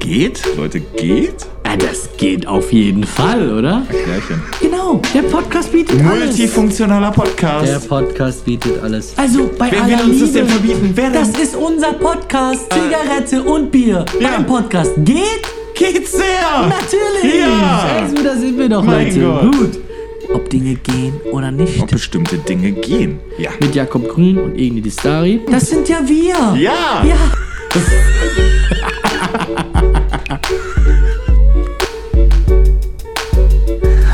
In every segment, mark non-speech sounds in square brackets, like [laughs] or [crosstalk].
Geht? Leute, geht? Ja, das geht auf jeden Fall, oder? Klärchen. Genau, der Podcast bietet alles. Multifunktionaler Der Podcast. Podcast bietet alles. Also bei Wer aller will uns Liebe, das denn verbieten? Wer das denn? ist unser Podcast. Zigarette und Bier. Ja. Beim Podcast geht Geht's sehr! natürlich. Ja. Also da sind wir doch, Mein Leute. Gott. Gut. Ob Dinge gehen oder nicht. Ob bestimmte Dinge gehen. Ja. Mit Jakob Grün und Igni Distari. Das sind ja wir. Ja! ja. [laughs]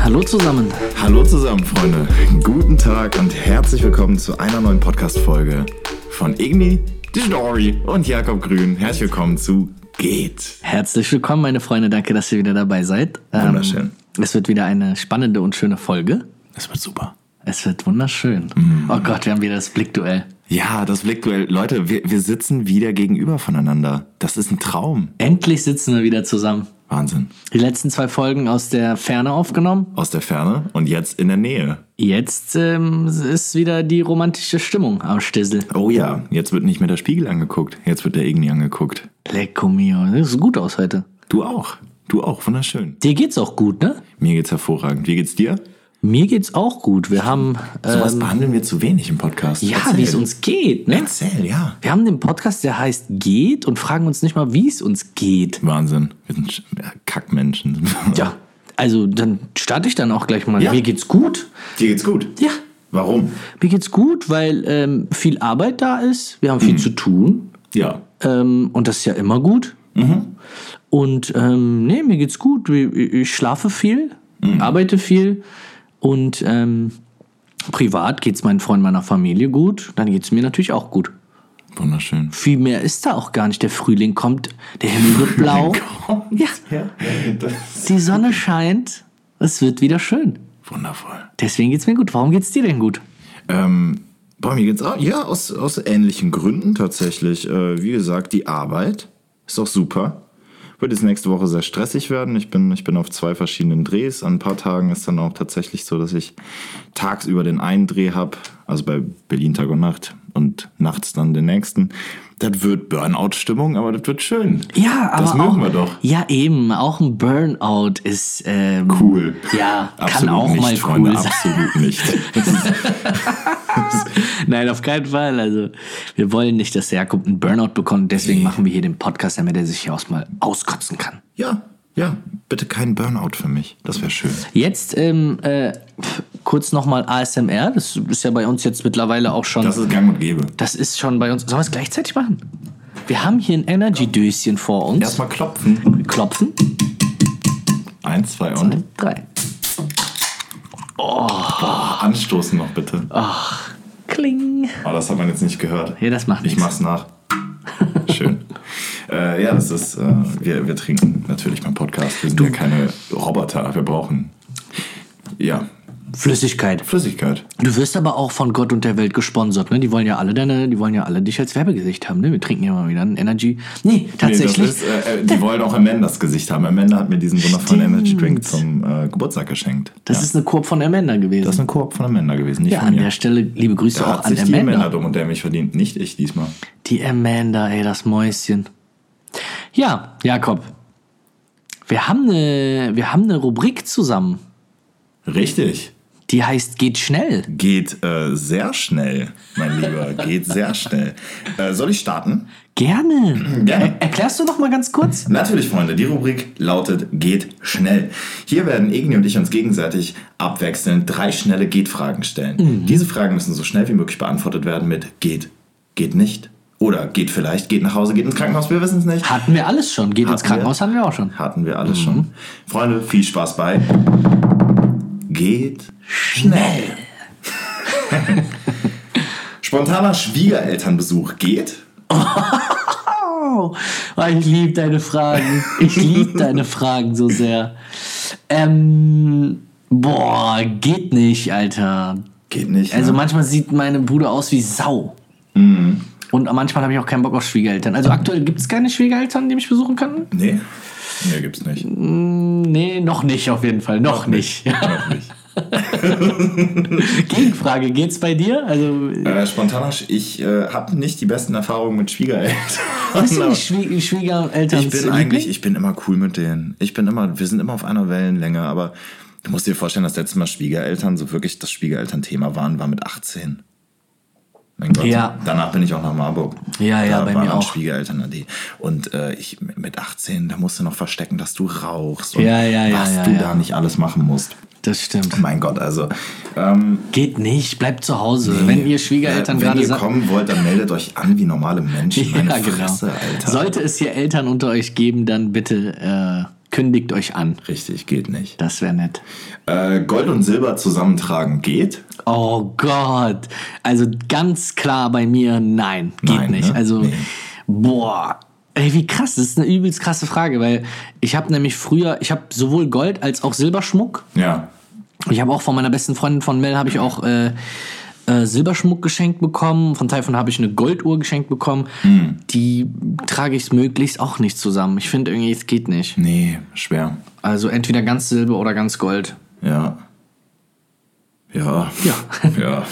Hallo zusammen. Hallo zusammen, Freunde. Guten Tag und herzlich willkommen zu einer neuen Podcast-Folge von Igni, die Story und Jakob Grün. Herzlich willkommen zu Geht. Herzlich willkommen, meine Freunde. Danke, dass ihr wieder dabei seid. Ähm, Wunderschön. Es wird wieder eine spannende und schöne Folge. Es wird super. Es wird wunderschön. Mhm. Oh Gott, wir haben wieder das Blickduell. Ja, das Blickduell. Leute, wir, wir sitzen wieder gegenüber voneinander. Das ist ein Traum. Endlich sitzen wir wieder zusammen. Wahnsinn. Die letzten zwei Folgen aus der Ferne aufgenommen. Aus der Ferne und jetzt in der Nähe. Jetzt ähm, ist wieder die romantische Stimmung am Stissel. Oh ja, jetzt wird nicht mehr der Spiegel angeguckt. Jetzt wird der Igni angeguckt. Lecco oh mio. Das sieht gut aus heute. Du auch. Du auch. Wunderschön. Dir geht's auch gut, ne? Mir geht's hervorragend. Wie geht's dir? Mir geht's auch gut. Wir haben. Sowas Ähm, behandeln wir zu wenig im Podcast. ja, Erzähl. wie es uns geht, ne? Erzähl, ja. Wir haben den Podcast, der heißt Geht und fragen uns nicht mal, wie es uns geht. Wahnsinn. Wir sind Sch- ja, Kackmenschen. Ja, also dann starte ich dann auch gleich mal. Ja. Mir geht's gut. [laughs] Dir geht's gut. Ja, Warum? mir geht's gut, weil ähm, viel Arbeit da ist. Wir haben Mhm. viel zu tun. Ja. Ähm, und das ist ja immer gut. Mhm. Und ähm, nee, mir geht's gut. Ich, ich schlafe viel, Mhm. arbeite viel und ähm, privat geht's meinen Freunden, meiner Familie gut. Dann geht's mir natürlich auch gut. Wunderschön. [laughs] Viel mehr ist da auch gar nicht. Der Frühling kommt, der Himmel wird blau. Ja, Ja. Das die Sonne scheint. Es wird wieder schön. Wundervoll. Deswegen geht's mir gut. Warum geht's dir denn gut? Ähm, boah, mir geht's auch. Ja, aus, aus ähnlichen Gründen tatsächlich. Äh, wie gesagt, die Arbeit ist auch super. Wird jetzt nächste Woche sehr stressig werden. Ich bin, ich bin auf zwei verschiedenen Drehs. An ein paar Tagen ist dann auch tatsächlich so, dass ich tagsüber den einen Dreh habe, also bei Berlin Tag und Nacht und nachts dann den nächsten. Das wird Burnout-Stimmung, aber das wird schön. Ja, aber Das mögen auch, wir doch. Ja, eben. Auch ein Burnout ist ähm, Cool. Ja, kann absolut auch nicht, mal cool Freunde, sein. [laughs] Absolut nicht. Nein, auf keinen Fall. Also, wir wollen nicht, dass der Jakob einen Burnout bekommt. Deswegen machen wir hier den Podcast, damit er sich hier aus mal auskotzen kann. ja, ja, bitte kein Burnout für mich. Das wäre schön. Jetzt ähm, äh, pf, kurz nochmal ASMR. Das ist ja bei uns jetzt mittlerweile auch schon. Das ist gang und gäbe. Das ist schon bei uns. Sollen wir es gleichzeitig machen? Wir haben hier ein Energy-Döschen vor uns. Erstmal klopfen. Klopfen. Eins, zwei und Drei. anstoßen noch bitte. Ah. Oh, Kling. das hat man jetzt nicht gehört. Ja, das macht Ich mach's nichts. nach. [laughs] Schön. äh, ja, das ist. Äh, wir, wir trinken natürlich beim Podcast. Wir sind ja keine Roboter. Wir brauchen. Ja, Flüssigkeit. Flüssigkeit. Du wirst aber auch von Gott und der Welt gesponsert, ne? Die wollen ja alle deine, die wollen ja alle dich als Werbegesicht haben, ne? Wir trinken ja mal wieder einen Energy. Nee, Nee, das tatsächlich. ist, äh, äh, die wollen auch Amanda das Gesicht haben. Amanda hat mir diesen wundervollen Energy Drink zum äh, Geburtstag geschenkt. Das ist eine Kurve von Amanda gewesen. Das ist eine Koop von Amanda gewesen, nicht ja, von an mir. der Stelle liebe Grüße da auch hat an sich die Amanda. Amanda dumm und dämlich verdient, nicht ich diesmal. Die Amanda, ey, das Mäuschen. Ja, Jakob. Wir haben eine, wir haben eine Rubrik zusammen. Richtig. Die heißt Geht schnell. Geht äh, sehr schnell, mein Lieber. Geht sehr schnell. Äh, soll ich starten? Gerne. Gerne. Erklärst du noch mal ganz kurz? Natürlich, Freunde, die Rubrik lautet Geht schnell. Hier werden Igni und ich uns gegenseitig abwechselnd drei schnelle Geht-Fragen stellen. Mhm. Diese Fragen müssen so schnell wie möglich beantwortet werden mit Geht, geht nicht oder Geht vielleicht, geht nach Hause, geht ins Krankenhaus, wir wissen es nicht. Hatten wir alles schon. Geht ins Hatten Krankenhaus, wir. hatten wir auch schon. Hatten wir alles Mhm. schon. Freunde, viel Spaß bei Geht schnell. [laughs] Spontaner Schwiegerelternbesuch geht? Oh, ich liebe deine Fragen. Ich [laughs] liebe deine Fragen so sehr. Ähm, boah, geht nicht, Alter. Geht nicht. Also ne? manchmal sieht meine Bude aus wie Sau. Mhm. Und manchmal habe ich auch keinen Bock auf Schwiegereltern. Also aktuell gibt es keine Schwiegereltern, die mich besuchen können? Nee. Nee, gibt's nicht. Nee, noch nicht auf jeden Fall. Noch, nicht. Noch nicht. Gegenfrage, geht's bei dir? Also, Äh, spontan, ich äh, habe nicht die besten Erfahrungen mit Schwiegereltern. bist du nicht Schwie Schwiegereltern? Ich bin eigentlich, ich bin immer cool mit denen. Ich bin immer, wir sind immer auf einer Wellenlänge, aber du musst dir vorstellen, das letzte Mal Schwiegereltern, so wirklich das Schwiegereltern-Thema waren, war mit 18. Mein Gott. Ja. Danach bin ich auch nach Marburg. Ja, ja, da bei waren mir auch. Schwiegereltern an die. Und äh, ich mit 18, da musst du noch verstecken, dass du rauchst und Ja, ja, ja, was ja, du ja. da nicht alles machen musst. Das stimmt. Mein Gott, also. Ähm, Geht nicht, bleibt zu Hause. wenn ihr Schwiegereltern äh, gerade Wenn ihr sagt. kommen wollt, dann meldet euch an wie normale Menschen. Meine [laughs] Ja, genau. Fresse, Alter. Sollte es hier Eltern unter euch geben, dann bitte äh, kündigt euch an. Richtig, geht nicht. Das wäre nett. Äh, Gold und Silber zusammentragen geht. Oh Gott. Also ganz klar bei mir, nein, geht Nein, nicht. ne? Also, Nee. boah. Ey, wie krass, das ist eine übelst krasse Frage, weil ich habe nämlich früher, ich habe sowohl Gold als auch Silberschmuck. Ja. Ich habe auch von meiner besten Freundin von Mel habe ich auch äh, äh, Silberschmuck geschenkt bekommen. Von Taifun habe ich eine Golduhr geschenkt bekommen. Die trage ich möglichst auch nicht zusammen. Ich finde irgendwie, es geht nicht. Nee, schwer. Also entweder ganz Silber oder ganz Gold. Ja. Ja. Ja. ja.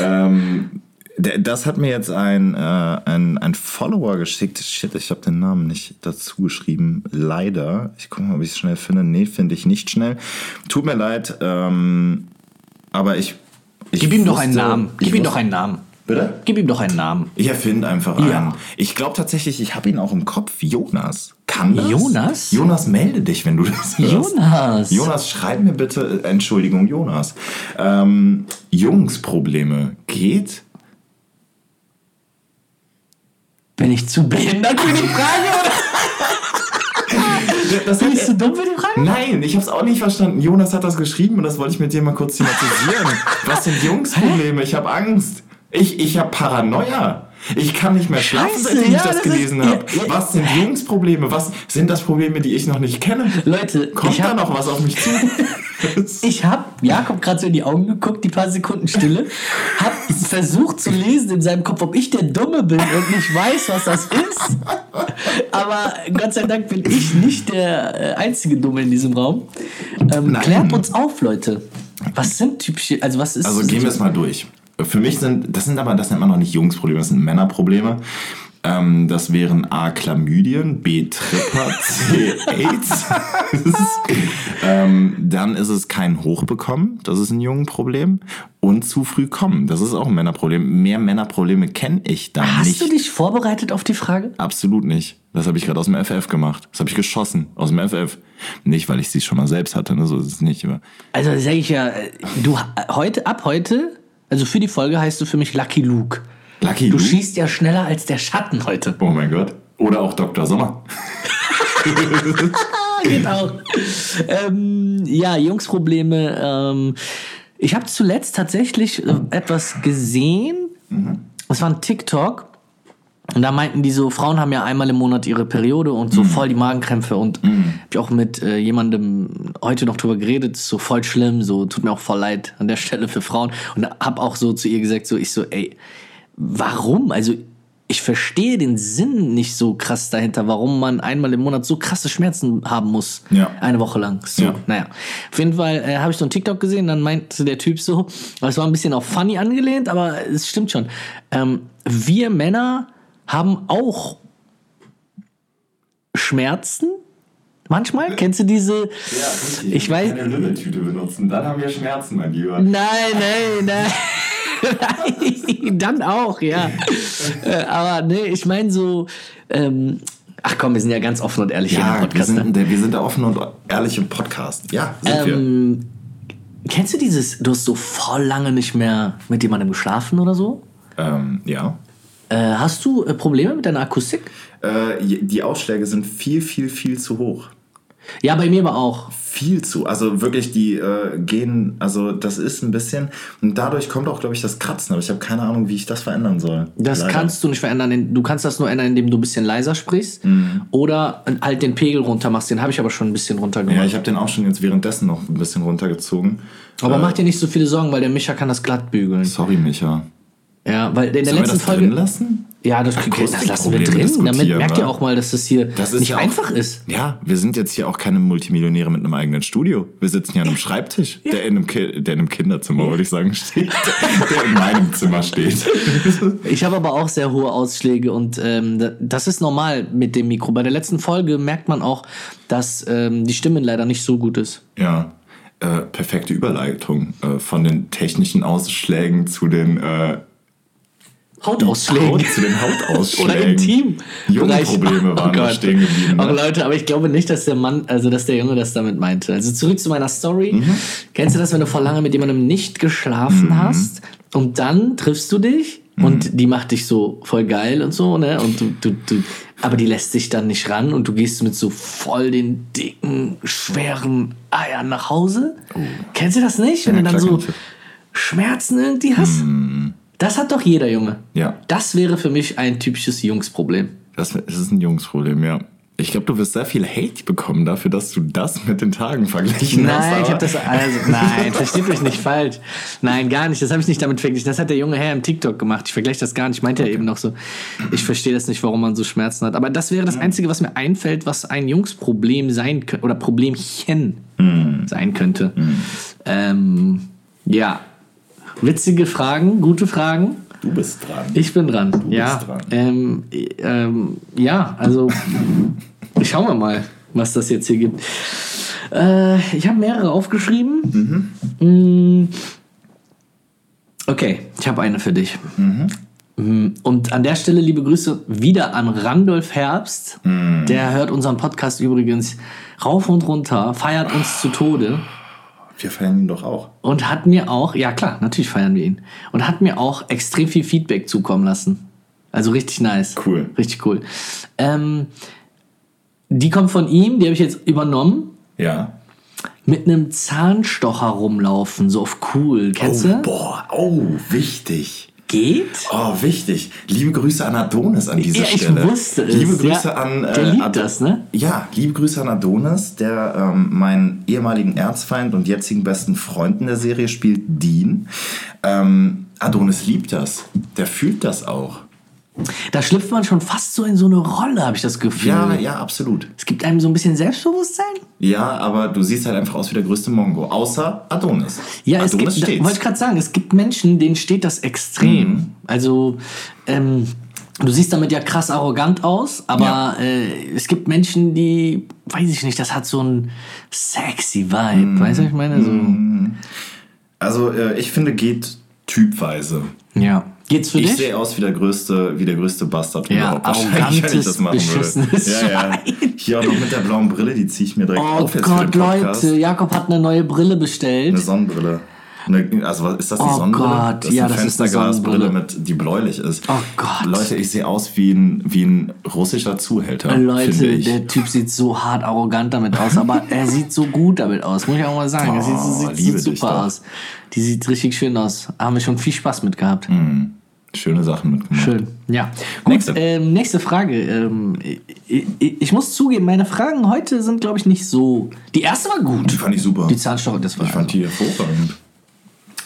[laughs] ähm, d- das hat mir jetzt ein, äh, ein, ein Follower geschickt. Shit, ich habe den Namen nicht dazu geschrieben. Leider. Ich gucke mal, ob ich es schnell finde. Nee, finde ich nicht schnell. Tut mir leid, ähm, aber ich. ich Gib ihm doch einen wusste- Namen. ich Gib ihm wusste- doch einen Namen. Bitte? Gib ihm doch einen Namen. Ich erfinde einfach einen. Ja. Ich glaube tatsächlich, ich habe ihn auch im Kopf. Jonas. Kann das? Jonas? Jonas, melde dich, wenn du das hörst. Jonas. Jonas, schreib mir bitte, Entschuldigung, Jonas. Ähm, Jungsprobleme geht? Bin ich zu behindert für die [laughs] Frage? Das Bin ich zu dumm für die Frage? Nein, ich habe es auch nicht verstanden. Jonas hat das geschrieben und das wollte ich mit dir mal kurz thematisieren. Was sind Jungsprobleme? Ich habe Angst. Ich, ich habe Paranoia. Ich kann nicht mehr schlafen, Scheiße, seit ich ja, das das gelesen ist- habe. Was sind Jungsprobleme? Was sind das Probleme, die ich noch nicht kenne? Leute, Kommt ich hab- da noch was auf mich zu? [laughs] Ich habe Jakob gerade so in die Augen geguckt, die paar Sekunden Stille, habe versucht zu lesen in seinem Kopf, ob ich der Dumme bin und nicht weiß, was das ist. Aber Gott sei Dank bin ich nicht der äh, einzige Dumme in diesem Raum. Ähm, Nein. klärt uns auf, Leute. Was sind typische, also was ist... Also gehen wir es mal durch. Für mich sind, das sind aber, das nennt man noch nicht Jungsprobleme, das sind Männerprobleme. Ähm, das wären A. Chlamydien, B. Tripper, C. AIDS. [laughs] ähm, dann ist es kein Hochbekommen, das ist ein Jungenproblem. Und zu früh kommen, das ist auch ein Männerproblem. Mehr Männerprobleme kenne ich da Hast nicht. du dich vorbereitet auf die Frage? Absolut nicht. Das habe ich gerade aus dem FF gemacht. Das habe ich geschossen aus dem FF. Nicht, weil ich sie schon mal selbst hatte, ne? so ist es nicht. Aber Also sage ich ja, äh, du äh, heute, ab heute, also für die Folge heißt du für mich Lucky Luke. Lucky Du Luke? schießt ja schneller als der Schatten heute. Oh mein Gott. Oder auch Dr. Sommer. geht auch. Ähm, ja, Jungsprobleme. Ähm, ich habe zuletzt tatsächlich äh, etwas gesehen. Es war ein TikTok. Und da meinten die so, Frauen haben ja einmal im Monat ihre Periode und so voll die Magenkrämpfe. Und hab ich auch mit äh, jemandem heute noch drüber geredet, ist so voll schlimm, so tut mir auch voll leid an der Stelle für Frauen. Und hab auch so zu ihr gesagt, so ich so, ey, warum? Also ich verstehe den Sinn nicht so krass dahinter, warum man einmal im Monat so krasse Schmerzen haben muss. Also, Ja. Eine Woche lang. So, Ja. naja. Auf jeden Fall äh, habe ich so einen TikTok gesehen, dann meinte der Typ so, es war ein bisschen auch funny angelehnt, aber es stimmt schon. Ähm, wir Männer haben auch Schmerzen. Äh? Manchmal kennst du diese. ich weiß. Keine Lülletüte benutzen, dann haben wir Schmerzen, mein Lieber. Nein, [laughs] nein, nein. Dann [laughs] auch, ja. Äh, Aber nee, ich meine so. Ähm, ach komm, wir sind ja ganz offen und ehrlich hier im Ja, wir Podcast. ne? Ähm. sind, der, wir sind der offene und ehrliche Podcast. Ja, sind wir. Kennst du dieses, du hast so voll lange nicht mehr mit jemandem geschlafen oder so? Ähm, ja. Äh, hast du äh, Probleme mit deiner Akustik? Äh, je- die Ausschläge sind viel, viel, viel zu hoch. Ja, bei mir aber auch. Viel zu. Also wirklich, die äh, gehen, also das ist ein bisschen. Und dadurch kommt auch, glaube ich, das Kratzen. Aber ich habe keine Ahnung, wie ich das verändern soll. Das Leider. kannst du nicht verändern. in- Du kannst das nur ändern, indem du ein bisschen leiser sprichst Mhm. oder halt den Pegel runter machst. Den habe ich aber schon ein bisschen runtergemacht. Ja, ich habe den auch schon jetzt währenddessen noch ein bisschen runtergezogen. aber mach dir nicht so viele Sorgen, weil der Micha kann das glatt bügeln. Sorry, Micha. Ja, weil in der Sollen wir letzten das drin Folge. lassen? Ja, das, das lassen wir Akustikprobleme drin. Damit diskutieren, merkt wa? ihr auch mal, dass das hier Das ist nicht ja auch- einfach ist. Ja, wir sind jetzt hier auch keine Multimillionäre mit einem eigenen Studio. Wir sitzen hier an einem Schreibtisch, der, in einem Ki der in einem Kinderzimmer, würde ich sagen, steht. [laughs] der in meinem Zimmer steht. Ich habe aber auch sehr hohe Ausschläge und ähm, da- das ist normal mit dem Mikro. Bei der letzten Folge merkt man auch, dass ähm, die Stimme leider nicht so gut ist. Ja. Äh, perfekte Überleitung äh, von den technischen Ausschlägen zu den äh, Haut, Hautausschläge. zu den Hautausschlägen. Oder intim. [laughs] Jungenprobleme waren da stehen geblieben. Aber Ne? Oh Leute, aber ich glaube nicht, dass der Mann, also dass der Junge das damit meinte. Also zurück zu meiner Story. Mhm. Kennst du das, wenn du vor lange mit jemandem nicht geschlafen hast und dann triffst du dich Mhm. und die macht dich so voll geil und so, ne? Und du, du, du, aber die lässt dich dann nicht ran und du gehst mit so voll den dicken, schweren Eiern nach Hause. Kennst du das nicht? Wenn Oh. Ja, du dann klar so kenn ich das. Mhm. Schmerzen irgendwie hast? Das hat doch jeder Junge. Ja. Das wäre für mich ein typisches Jungsproblem. Das, das ist ein Jungsproblem, ja. Ich glaube, du wirst sehr viel Hate bekommen dafür, dass du das mit den Tagen verglichen hast. Nein, ich aber- habe das also nein, versteht mich nicht falsch. Nein, gar nicht. Das habe ich nicht damit verglichen. Das hat der junge Herr im TikTok gemacht. Ich vergleiche das gar nicht. Ich meinte ja eben noch so, ich verstehe das nicht, warum man so Schmerzen hat. Aber das wäre das einzige, was mir einfällt, was ein Jungsproblem sein könnte oder Problemchen Mhm. sein könnte. Ähm, ja, witzige Fragen, gute Fragen. Du bist dran. Ich bin dran. ja. bist dran. Ähm, äh, ähm, ja, also schauen wir mal, was das jetzt hier gibt. Äh, ich habe mehrere aufgeschrieben. Mhm. Mm. Okay, ich habe eine für dich. Mhm. Mm, Und an der Stelle liebe Grüße wieder an Randolph Herbst. Mhm. Der hört unseren Podcast übrigens rauf und runter, feiert uns zu Tode Wir feiern ihn doch auch. und hat mir auch, ja klar, natürlich feiern wir ihn, und hat mir auch extrem viel Feedback zukommen lassen. Also richtig nice. Cool. Richtig cool. Ähm, die kommt von ihm, die habe ich jetzt übernommen, Ja. mit einem Zahnstocher rumlaufen, so auf cool. Kennst du? boah. Oh, wichtig. Geht? Oh, wichtig. Liebe Grüße an Adonis an dieser Ja, ich Stelle. wusste es. Liebe Grüße Ja, an. äh, der liebt Ad- das, ne? Ja, liebe Grüße an Adonis, der ähm, meinen ehemaligen Erzfeind und jetzigen besten Freund in der Serie spielt, Dean. Ähm, Adonis liebt das. Der fühlt das auch. Da schlüpft man schon fast so in so eine Rolle, habe ich das Gefühl. Ja, ja, absolut. Es gibt einem so ein bisschen Selbstbewusstsein. Ja, aber du siehst halt einfach aus wie der größte Mongo. Außer Adonis. Ja, es Adonis gibt, da, steht's. wollte ich gerade sagen, es gibt Menschen, denen steht das extrem. Mhm. Also, ähm, du siehst damit ja krass arrogant aus, aber äh, es gibt Menschen, die, weiß ich nicht, das hat so ein sexy Vibe. Mhm. Weißt du, was ich meine? So, Also äh, ich finde, geht typweise. Ja. Geht's für Ich dich? sehe aus wie der größte, wie der größte Bastard Ja, überhaupt. Wahrscheinlich, wenn ich das arrogantes, machen beschissenes würde. Ja, ja. Schwein. Hier auch noch mit der blauen Brille, die ziehe ich mir direkt Oh auf jetzt für den Gott, Podcast. Leute, Jakob hat eine neue Brille bestellt. Eine Sonnenbrille. Eine, also was ist das eine Oh Sonnenbrille? Gott, das ist ja, eine das ist eine Fensterglasbrille, Sonnenbrille. mit, die bläulich ist. Oh Gott. Leute, ich sehe aus wie ein, wie ein russischer Zuhälter, finde Leute, ich. der Typ sieht so hart arrogant damit [laughs] aus, aber er sieht so gut damit aus, muss ich auch mal sagen. er sieht, Oh, sieht, liebe sieht dich super doch. aus. Die sieht richtig schön aus. Haben wir schon viel Spaß mit gehabt. Schöne Sachen mitgemacht. Schön. Ja. Gut, Nächste. nächste, ähm, nächste Frage. Ähm, ich, ich, ich muss zugeben, meine Fragen heute sind, glaube ich, nicht so. Die erste war gut. Die fand ich super. Die Zahnstocher, das war. Ich fand die hervorragend.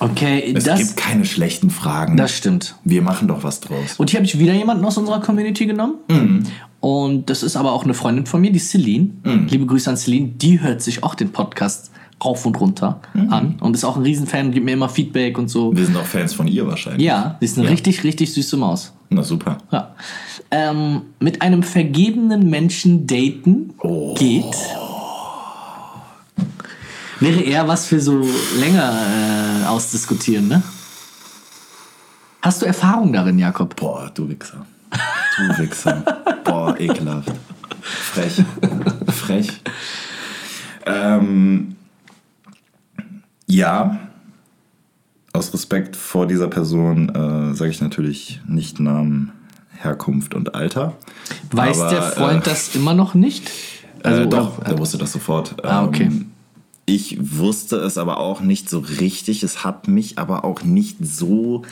okay, Es das, gibt keine schlechten Fragen. das stimmt. Wir machen doch was draus. Und hier habe ich wieder jemanden aus unserer Community genommen. Mhm. Und das ist aber auch eine Freundin von mir, die Celine. Mhm. Liebe Grüße an Celine. Die hört sich auch den Podcast rauf und runter Mhm. an und ist auch ein Riesenfan und gibt mir immer Feedback und so. Wir sind auch Fans von ihr wahrscheinlich. Ja, sie ist eine richtig, richtig süße Maus. Na super. Ja. Ähm, mit einem vergebenen Menschen daten Oh. geht. Wäre eher was für so länger äh, ausdiskutieren, ne? Hast du Erfahrung darin, Jakob? Boah, du Wichser. Du Wichser. Boah, ekelhaft. Frech. Frech. Ähm, ja. Aus Respekt vor dieser Person äh, sage ich natürlich nicht Namen, Herkunft und Alter. Weiß Aber, der Freund äh, das immer noch nicht? äh, oder- doch, der wusste das sofort. Also Ah, okay. Ähm, Ich wusste es aber auch nicht so richtig. Es hat mich aber auch nicht so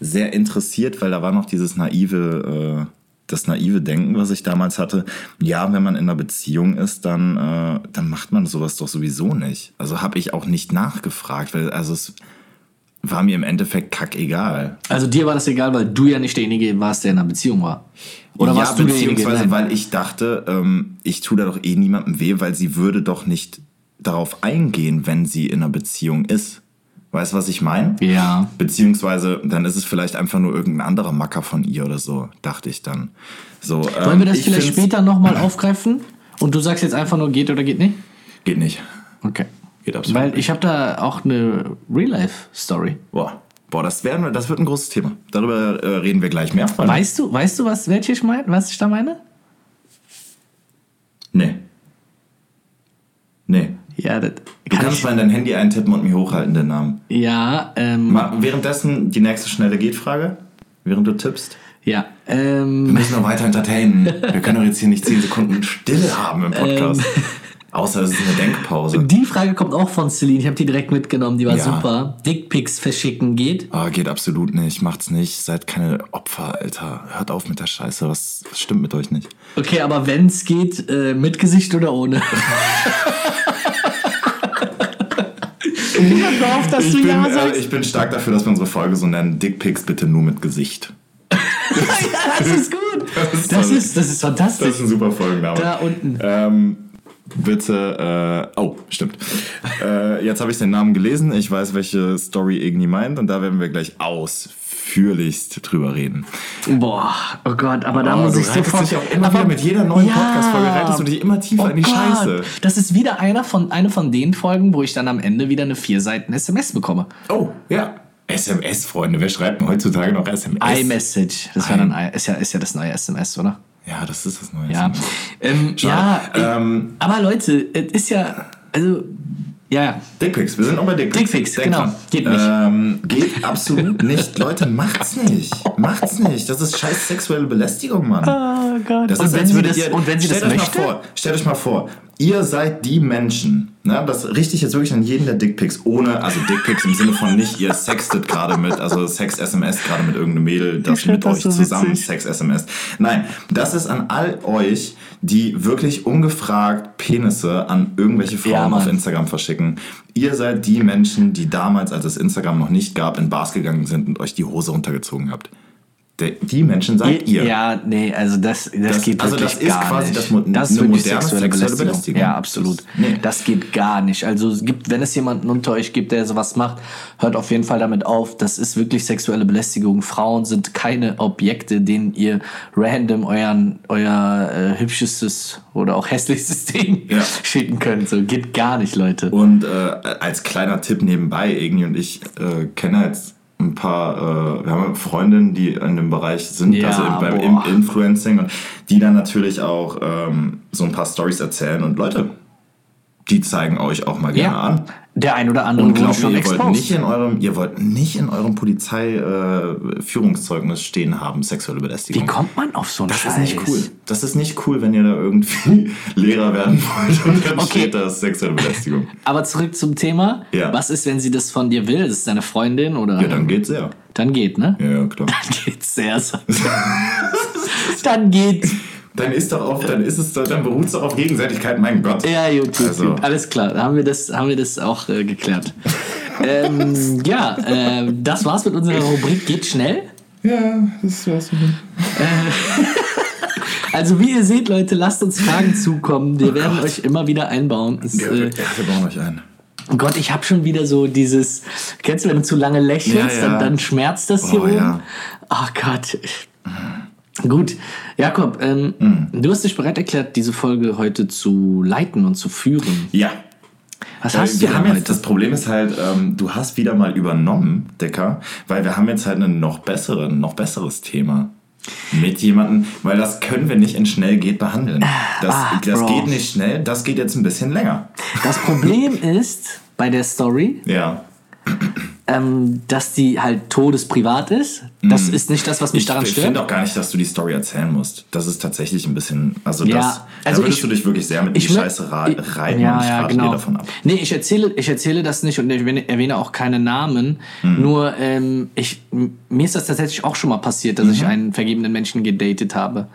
sehr interessiert, weil da war noch dieses naive, äh, das naive Denken, was ich damals hatte. Ja, wenn man in einer Beziehung ist, dann, äh, dann macht man sowas doch sowieso nicht. Also habe ich auch nicht nachgefragt, weil also es war mir im Endeffekt kackegal. Also dir war das egal, weil du ja nicht derjenige warst, der in einer Beziehung war. Oder ja, warst du derjenige? beziehungsweise, Nein. weil ich dachte, ähm, ich tue da doch eh niemandem weh, weil sie würde doch nicht darauf eingehen, wenn sie in einer Beziehung ist. Weißt du, was ich meine? Ja. Beziehungsweise, dann ist es vielleicht einfach nur irgendein anderer Macker von ihr oder so, dachte ich dann. So, ähm, Wollen wir das ich vielleicht find's- später nochmal aufgreifen? Und du sagst jetzt einfach nur, geht oder geht nicht? Geht nicht. Okay. Geht absolut Weil ich habe da auch eine Real-Life-Story. Boah, Boah das, werden, wir- das wird ein großes Thema. Darüber äh, reden wir gleich mehr. Freunde. Weißt du, weißt du, was, welche ich mein, was ich da meine? Nee. Nee. Ja, das Du kann kannst ich. mal in dein Handy eintippen und mir hochhalten den Namen. Ja, ähm, Ma währenddessen die nächste schnelle Geht-Frage, während du tippst. ja, Wir ähm, müssen noch weiter entertainen. Wir können doch jetzt hier nicht 10 Sekunden Stille haben im Podcast. Außer es ist eine Denkpause. die Frage kommt auch von Celine. Ich habe die direkt mitgenommen. Die war Ja. super. Dickpics verschicken geht. Ah, geht absolut nicht. Macht's nicht. Seid keine Opfer, Alter. Hört auf mit der Scheiße. Was, was stimmt mit euch nicht? Okay, aber wenn's geht, äh, mit Gesicht oder [laughs] ohne? ich hab gehofft, dass du bin, ja äh, sagst. ich bin stark dafür, dass wir unsere Folge so nennen. Dickpics bitte nur mit Gesicht. [laughs] ja, das [laughs] ist gut. Das ist ist, das toll. ist, fantastisch. Das ist ein super Folgenname. da unten. Ähm, bitte, äh, oh, stimmt. äh, jetzt habe ich den Namen gelesen. Ich weiß, welche Story Igni meint und da werden wir gleich ausführlichst drüber reden. Boah, oh Gott, aber da Oh, muss du ich reitest sofort. dich auch immer wieder mit jeder neuen Ja. Podcast-Folge reitest du dich immer tiefer in die Oh Gott, Scheiße. Das ist wieder einer von, eine von den Folgen, wo ich dann am Ende wieder eine vier Seiten SMS bekomme. Oh, ja. SMS, Freunde. Wer schreibt denn heutzutage noch SMS? iMessage. Das war dann ist ja, ist ja das neue SMS, oder? ja, das ist das neue Ja. SMS. Ähm, ja, Schade. ich, Ähm, aber Leute, es ist ja. Also, ja, ja. Dickpics, wir sind auch bei Dickpics. Dickpics, Denk genau. dran. Geht nicht. Ähm, geht absolut [laughs] nicht. Leute, macht's nicht. Macht's nicht. Das ist scheiß sexuelle Belästigung, Mann. Oh Gott. Das und, ist, wenn als sie würdet das, ihr, und wenn sie das stellt euch Mal möchte, vor, stellt euch mal vor, ihr seid die Menschen. Ne? Das richte ich jetzt wirklich an jeden der Dickpics. Ohne, also Dickpics im Sinne von nicht, ihr sextet gerade mit, also Sex-SMS gerade mit irgendeinem Mädel, das find mit das euch so zusammen witzig. Sex-SMS. Nein, das ist an all euch, die wirklich ungefragt Penisse an irgendwelche Frauen Ja, Mann. auf Instagram verschicken. Ihr seid die Menschen, die damals, als es Instagram noch nicht gab, in Bars gegangen sind und euch die Hose runtergezogen habt. Der- Die Menschen seid ihr. Ja, nee, also das, das, Das- geht also wirklich das ist gar quasi nicht. das Mo- ist eine wirklich moderne sexuelle Belästigung. Ja, absolut. Das- nee. Das geht gar nicht. Also es gibt, wenn es jemanden unter euch gibt, der sowas macht, hört auf jeden Fall damit auf. Das ist wirklich sexuelle Belästigung. Frauen sind keine Objekte, denen ihr random euren, euer äh, hübschestes oder auch hässlichstes [laughs] Ding Ja. schicken könnt. So geht gar nicht, Leute. Und äh, als kleiner Tipp nebenbei, Egni und ich äh, kennen jetzt ein paar, äh, wir haben Freundinnen, die in dem Bereich sind, Ja, also im, beim im boah. Influencing, und die dann natürlich auch ähm, so ein paar Stories erzählen und Leute, die zeigen euch auch mal gerne an. Der ein oder andere Und wurde glaubt mir, schon ihr wollt, exposed. nicht in eurem, ihr wollt nicht in eurem Polizeiführungszeugnis stehen haben, sexuelle Belästigung. Wie kommt man auf so einen das Scheiß? ist nicht cool. Das ist nicht cool, wenn ihr da irgendwie [laughs] Lehrer werden wollt und dann Okay. steht da sexuelle Belästigung. Aber zurück zum Thema. Ja. Was ist, wenn sie das von dir will? Das ist deine Freundin oder? Ja, dann geht's ja. Dann geht, ne? Ja, ja, klar. Dann geht's sehr. [laughs] sagt er. dann geht's. Dann ist doch auf, dann ist es doch, dann beruht es doch auf Gegenseitigkeit, mein Gott. Ja, gut, gut, Also. gut. Alles klar. Dann haben wir das, haben wir das auch äh, [laughs] geklärt. ähm, ja, äh, das war's mit unserer Rubrik Geht schnell. Ja, das war's. Also wie ihr seht, Leute, lasst uns Fragen zukommen. Wir werden euch immer wieder einbauen. Es, Oh Ja, äh, wir bauen euch ein. Oh Gott, ich habe schon wieder so dieses. Kennst du, wenn du zu lange lächelst, Ja, ja. Dann, dann schmerzt das hier Oh, oben. ja. Oh Gott. Gut, Jakob, ähm, Hm. du hast dich bereit erklärt, diese Folge heute zu leiten und zu führen. Ja. Was Äh, hast du wir denn haben jetzt, heute? das Problem ist halt, ähm, du hast wieder mal übernommen, Decker, weil wir haben jetzt halt ein noch, bessere, noch besseres Thema. Mit jemandem, weil das können wir nicht in schnell geht behandeln. Das, Ah, das Bro. geht nicht schnell, das geht jetzt ein bisschen länger. Das Problem [laughs] ist bei der Story, Ja. ähm, dass die halt todesprivat ist. Das ist nicht das, was mich daran Hm. ich ich finde stört. auch gar nicht, dass du die Story erzählen musst. Das ist tatsächlich ein bisschen, also Ja, das, also da würdest ich- du dich wirklich sehr mit in die mö- Scheiße ra- reiten ja, und ich ja, rate genau. dir davon ab. Nee, ich erzähle, ich erzähle das nicht und ich erwähne- erwähne auch keine Namen. Mhm. Nur ähm, ich, m- mir ist das tatsächlich auch schon mal passiert, dass Mhm. ich einen vergebenen Menschen gedatet habe.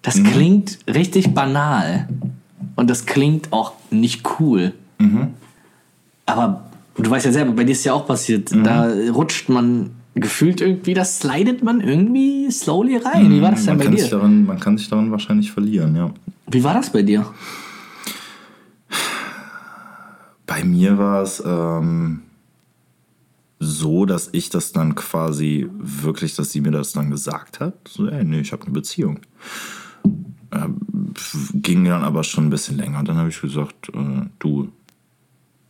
Das klingt richtig Mhm. banal und das klingt auch nicht cool. Aber Und du weißt ja selber, bei dir ist ja auch passiert. Mhm. Da rutscht man gefühlt irgendwie, das slidet man irgendwie slowly rein. Wie war das denn Mhm, man, bei kann sich dir? daran, man kann sich daran wahrscheinlich verlieren, ja. Wie war das bei dir? Bei mir war es ähm, so, dass ich das dann quasi wirklich, dass sie mir das dann gesagt hat. So, ey, nee, ich habe eine Beziehung. Ähm, pf, ging dann aber schon ein bisschen länger. Dann habe ich gesagt, äh, du,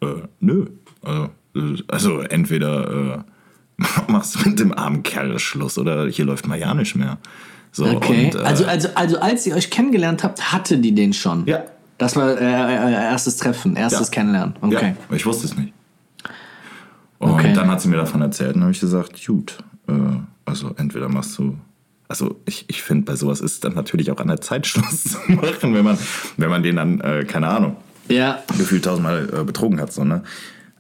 äh, nö. Also, äh, also entweder äh, [laughs] machst du mit dem armen Kerl Schluss oder hier läuft mal ja nicht mehr. So, Okay. und, äh, also, also, also als ihr euch kennengelernt habt, hatte die den schon. Ja. Das war äh, euer erstes Treffen, erstes Ja. Kennenlernen. Okay. Ja, ich wusste es nicht. Und Okay. dann hat sie mir davon erzählt und habe ich gesagt, gut, äh, also entweder machst du. Also ich, ich finde, bei sowas ist dann natürlich auch an der Zeit [laughs] Schluss zu machen, wenn man, wenn man den dann, äh, keine Ahnung, Ja. gefühlt tausendmal äh, betrogen hat. So, ne?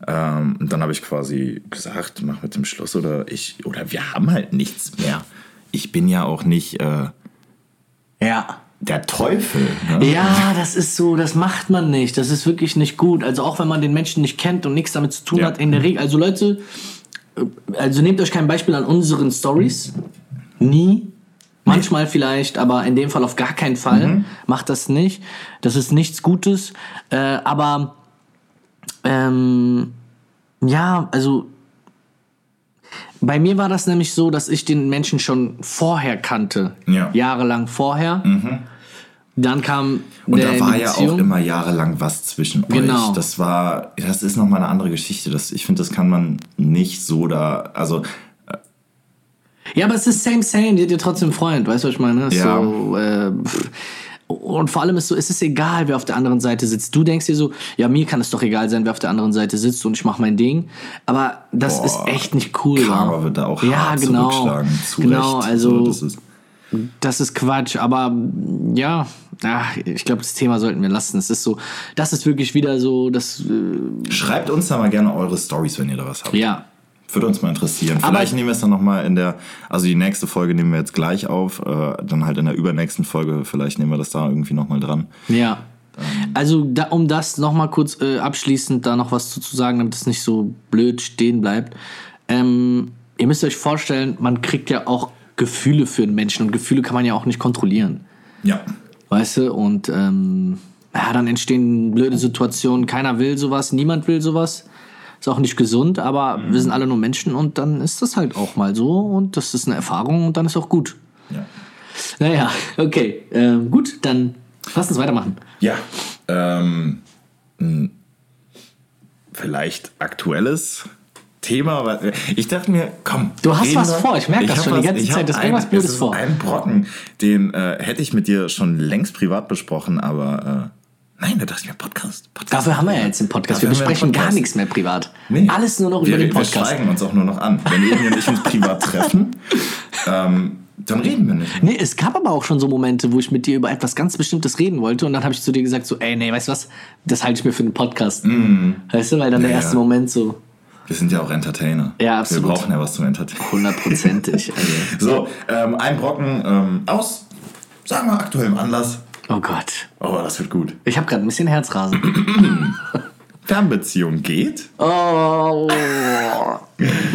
ähm, und dann habe ich quasi gesagt, mach mit dem Schluss oder ich, oder wir haben halt nichts mehr. Ich bin ja auch nicht äh, Ja. der Teufel. Ne? Ja, das ist so, das macht man nicht. Das ist wirklich nicht gut. Also auch wenn man den Menschen nicht kennt und nichts damit zu tun Ja. hat, in der Regel. Also Leute, äh, also nehmt euch kein Beispiel an unseren Stories. Nie. Manchmal vielleicht, aber in dem Fall auf gar keinen Fall. Mhm. Macht das nicht. Das ist nichts Gutes. Äh, aber ähm, ja, also bei mir war das nämlich so, dass ich den Menschen schon vorher kannte. Ja. Mhm. Jahrelang vorher. Dann kam Und der- da die war ja auch Ne, Beziehung. immer jahrelang was zwischen Genau. euch. Das war, das ist nochmal eine andere Geschichte. Das, ich finde, das kann man nicht so da, also Ja, aber es ist same, same. Die hat ja trotzdem einen Freund, weißt du, was ich meine? Ist Ja. So, äh, pff. und vor allem ist so, es ist egal, wer auf der anderen Seite sitzt. Du denkst dir so, ja, mir kann es doch egal sein, wer auf der anderen Seite sitzt und ich mache mein Ding. Aber das Boah, ist echt nicht cool. Karma wa? wird da auch ja, hart genau. zurückschlagen. Zu genau, Recht. also So, das ist, das ist Quatsch, aber mm, ja, ach, ich glaube, das Thema sollten wir lassen. Es ist so, das ist wirklich wieder so, das, äh, schreibt uns da mal gerne eure Stories, wenn ihr da was habt. ja, Würde uns mal interessieren. Aber- Vielleicht nehmen wir es dann nochmal in der, also die nächste Folge nehmen wir jetzt gleich auf, äh, dann halt in der übernächsten Folge, vielleicht nehmen wir das da irgendwie nochmal dran. ja. Also, da, um das nochmal kurz äh, abschließend da noch was zu, zu sagen, damit es nicht so blöd stehen bleibt. Ähm, ihr müsst euch vorstellen, man kriegt ja auch Gefühle für einen Menschen und Gefühle kann man ja auch nicht kontrollieren. Ja. Weißt du, und ähm, ja, dann entstehen blöde Situationen. Keiner will sowas, niemand will sowas. Ist auch nicht gesund, aber wir sind alle nur Menschen und dann ist das halt auch mal so und das ist eine Erfahrung und dann ist auch gut. Ja. Naja, okay, ähm, gut, dann lass uns weitermachen. Ja. Ähm, ein vielleicht aktuelles Thema. weil- Ich dachte mir, komm. Du hast reden was wir- vor, ich merk das hab schon die ganze ich hab Zeit, dass ein- irgendwas es Blödes ist vor. Ein Brocken, den äh, hätte ich mit dir schon längst privat besprochen, aber äh, nein, da dachte ich mir, Podcast. Podcast Dafür haben wir ja jetzt den Podcast. Dafür wir haben wir den besprechen gar Podcast. nichts mehr privat. Nee. Alles nur noch wir, über den Wir Podcast. schweigen uns auch nur noch an. Wenn Emil und ich uns privat [laughs] treffen, ähm, dann reden wir nicht. Nee, es gab aber auch schon so Momente, wo ich mit dir über etwas ganz Bestimmtes reden wollte und dann habe ich zu dir gesagt so, ey, nee, weißt du was, das halte ich mir für einen Podcast. Weißt du, weil dann der Mm. Ja, erste ja. Moment so Wir sind ja auch Entertainer. Ja, absolut. Wir brauchen ja was zum Entertainen. [laughs] hundertprozentig. also. So, ähm, ein Brocken ähm, aus, sagen wir aktuellem Anlass. Oh Gott. Oh, das wird gut. Ich habe gerade ein bisschen Herzrasen. Fernbeziehung geht. [laughs] Oh.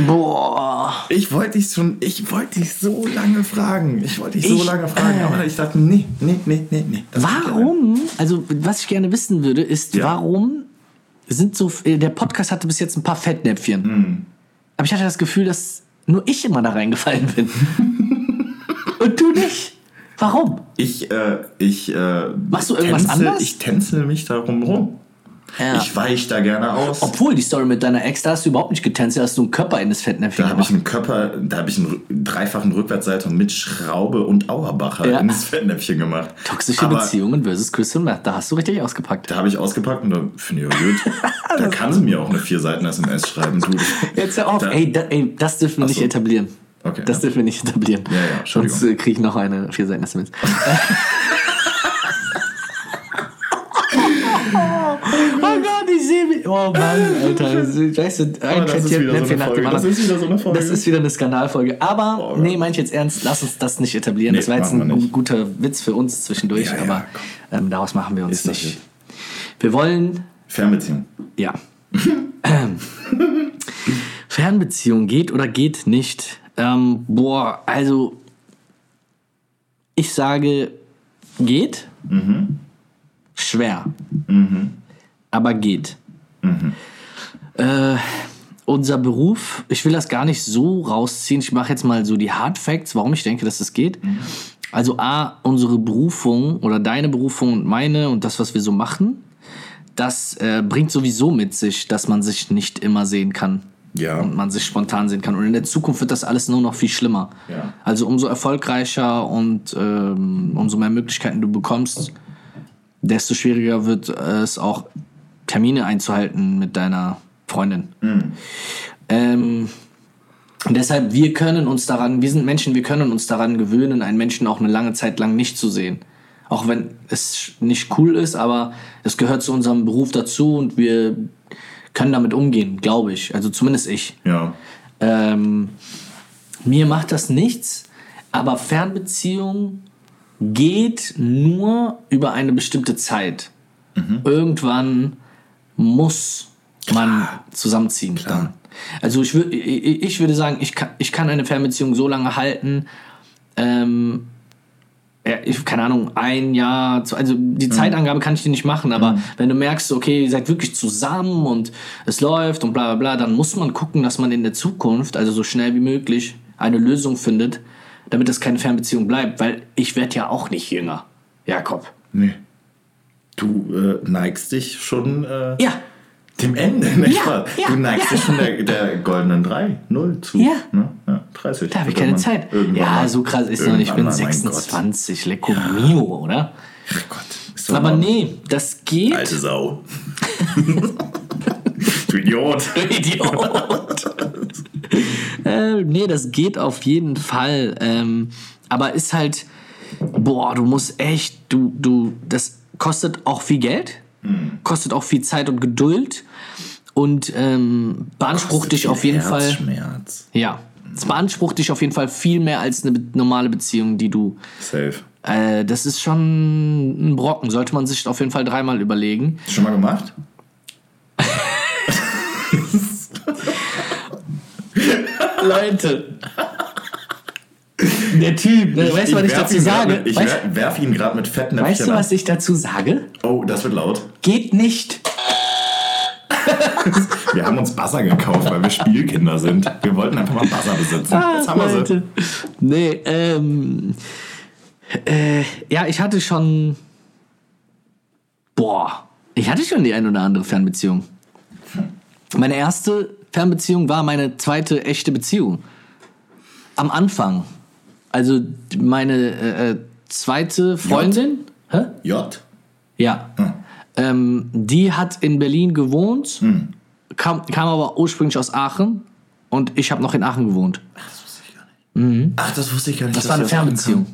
Boah. Ich wollte dich schon, ich wollte dich so lange fragen. Ich wollte dich so Ich- äh, lange fragen, aber ich dachte, nee, nee, nee, nee, nee. das geht Warum? Also, was ich gerne wissen würde, ist, Ja. warum sind so. äh, Der Podcast hatte bis jetzt ein paar Fettnäpfchen. Hm. Aber ich hatte das Gefühl, dass nur ich immer da reingefallen [laughs] bin. Und du nicht. Warum? nicht. Ich, äh, ich, äh, Machst du irgendwas tänzel, anders? Ich tänzel mich darum rum. Ja. Ich weich da gerne aus. Obwohl die Story mit deiner Ex, da hast du überhaupt nicht getänzt, da hast du einen Körper in das Fettnäpfchen da habe ich gemacht. einen Körper, da habe ich einen rü- dreifachen Rückwärtsseiter mit Schraube und Auerbacher Ja. ins Fettnäpfchen gemacht. Toxische Aber Beziehungen versus Chris und Matt, da hast du richtig ausgepackt. Da habe ich ausgepackt und da finde ich auch gut. [laughs] da kann sie mir auch eine vier Seiten SMS schreiben. Du. Jetzt hör auf. Da- Ey, da, ey, das dürfen wir Ach nicht so. etablieren. Okay, das ja. dürfen wir nicht etablieren. Ja, ja, Entschuldigung. Sonst äh, kriege ich noch eine vier [laughs] Seiten SMS. oh Oh Gott, ich sehe mich. Oh Mann, Alter. Weißt du, ein Oh, das ist Fettchen- wieder so eine Fettchen nach dem Folge. Das anderen. ist wieder so eine Folge. Das ist wieder eine Skandalfolge. Aber, Oh Gott. nee, meine ich jetzt ernst, lass uns das nicht etablieren. Nee, das war jetzt machen wir ein nicht. guter Witz für uns zwischendurch, Ja, ja, aber ähm, daraus machen wir uns Ist das nicht. Wir wollen, Fernbeziehung. ja, Ähm. Fernbeziehung geht oder geht nicht? Ähm, boah, also ich sage geht. Schwer. Aber geht. Äh, unser Beruf, ich will das gar nicht so rausziehen. Ich mache jetzt mal so die Hard Facts, warum ich denke, dass das geht. Also A, unsere Berufung oder deine Berufung und meine und das, was wir so machen, das äh, bringt sowieso mit sich, dass man sich nicht immer sehen kann. Ja. Und man sich spontan sehen kann. Und in der Zukunft wird das alles nur noch viel schlimmer. Ja. Also umso erfolgreicher und ähm, umso mehr Möglichkeiten du bekommst, desto schwieriger wird es auch, Termine einzuhalten mit deiner Freundin. Ähm, und deshalb, wir können uns daran, wir sind Menschen, wir können uns daran gewöhnen, einen Menschen auch eine lange Zeit lang nicht zu sehen. Auch wenn es nicht cool ist, aber es gehört zu unserem Beruf dazu und wir können damit umgehen, glaube ich. Also zumindest ich. Ja. Ähm, mir macht das nichts, aber Fernbeziehung geht nur über eine bestimmte Zeit. Irgendwann muss man zusammenziehen. Dann. Also ich, wür- ich ich würde sagen, ich kann, ich kann eine Fernbeziehung so lange halten, ähm, ja, ich, keine Ahnung, ein Jahr, zwei- also die Zeitangabe kann ich dir nicht machen, aber wenn du merkst, okay, ihr seid wirklich zusammen und es läuft und bla bla bla, dann muss man gucken, dass man in der Zukunft, also so schnell wie möglich, eine Lösung findet, damit das keine Fernbeziehung bleibt, weil ich werde ja auch nicht jünger, Jakob. Nee. Du äh, neigst dich schon äh, Ja, dem Ende, nicht Ja, wahr? ja, Du neigst ja. dich schon der, der goldenen 3, 0 zu. Ja. Ne? ja 30. da habe ich Wird keine irgendwann- Zeit. Irgendwann Ja, mal. so krass ist noch nicht. Ich bin Irgendwann mal, mein 26, lecko mio, oder? Gott. Ach Gott. Ist doch Aber mal- nee, das geht. Alte Sau. [laughs] du Idiot. Du Idiot. [laughs] äh, nee, das geht auf jeden Fall. Ähm, aber ist halt, boah, du musst echt, du, du, das kostet auch viel Geld, kostet auch viel Zeit und Geduld und ähm, beansprucht dich auf jeden Fall. Herzschmerz. Ja, es beansprucht dich auf jeden Fall viel mehr als eine be- normale Beziehung, die du. Safe. Äh, das ist schon ein Brocken, sollte man sich auf jeden Fall dreimal überlegen. Schon mal gemacht? Leute. Der Typ, ne, weißt du, was ich werf dazu ihn grad sage? Mit, ich weißt werf, werf ihn gerade mit fetten weißt du, Näpfchen was ich dazu sage? an. Oh, das wird laut. Geht nicht. Wir haben uns Buzzer gekauft, weil wir Spielkinder sind. Wir wollten einfach mal Buzzer besitzen. [laughs] Ah, Jetzt haben wir sie. Nee, ähm. Äh, ja, ich hatte schon. Boah. Ich hatte schon die ein oder andere Fernbeziehung. Meine erste Fernbeziehung war meine zweite echte Beziehung. Am Anfang. Also meine äh, äh, zweite Freundin. Hä? J. Hm. Ja. Ähm, die hat in Berlin gewohnt, kam, kam aber ursprünglich aus Aachen und ich habe noch in Aachen gewohnt. Das wusste ich gar nicht. Ach, das wusste ich gar nicht. Mhm. Das war eine Fernbeziehung.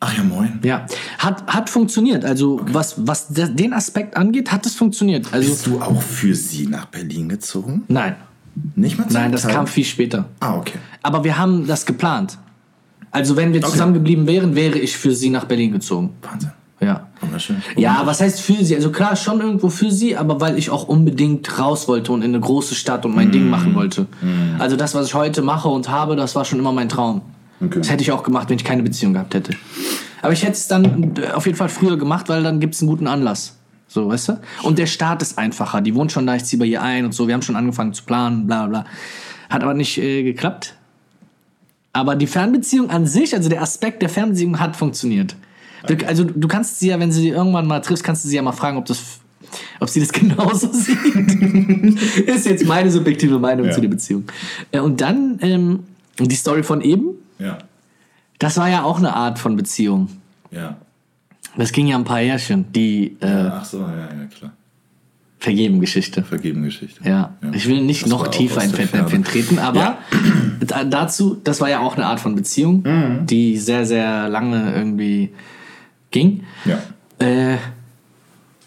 Ach ja, moin. Ja. Hat, hat funktioniert. Also, was, was de- den Aspekt angeht, hat es funktioniert. Also, Bist du auch für sie nach Berlin gezogen? nein. Nicht mal zum Nein, das Teil? kam viel später. Ah, okay. Aber wir haben das geplant. Also, wenn wir Okay. zusammengeblieben wären, wäre ich für sie nach Berlin gezogen. Wahnsinn. Ja. Wunderschön. Ja, was heißt für sie? Also klar, schon irgendwo für sie, aber weil ich auch unbedingt raus wollte und in eine große Stadt und mein Ding machen wollte. Also das, was ich heute mache und habe, das war schon immer mein Traum. Okay. Das hätte ich auch gemacht, wenn ich keine Beziehung gehabt hätte. Aber ich hätte es dann äh, auf jeden Fall früher gemacht, weil dann gibt es einen guten Anlass. So, weißt du? Und der Start ist einfacher. Die wohnt schon da, ich ziehe bei ihr ein und so. Wir haben schon angefangen zu planen, bla bla. Hat aber nicht äh, geklappt. Aber die Fernbeziehung an sich, also der Aspekt der Fernbeziehung hat funktioniert. Du, also du kannst sie ja, wenn sie sie irgendwann mal triffst, kannst du sie ja mal fragen, ob das ob sie das [laughs] genauso sieht. ist jetzt meine subjektive Meinung Ja. zu der Beziehung. Äh, Und dann ähm, die Story von eben, Ja. das war ja auch eine Art von Beziehung. Ja. Das ging ja um ein paar Jährchen, die äh, Ach so, ja, ja, klar. vergeben Geschichte. Vergeben Geschichte. Ja. ich will nicht Das noch war auch tiefer aus in der Ferne. Fettnäpfchen treten, aber da- dazu, das war ja auch eine Art von Beziehung, Mhm. die sehr, sehr lange irgendwie ging. Ja. Äh,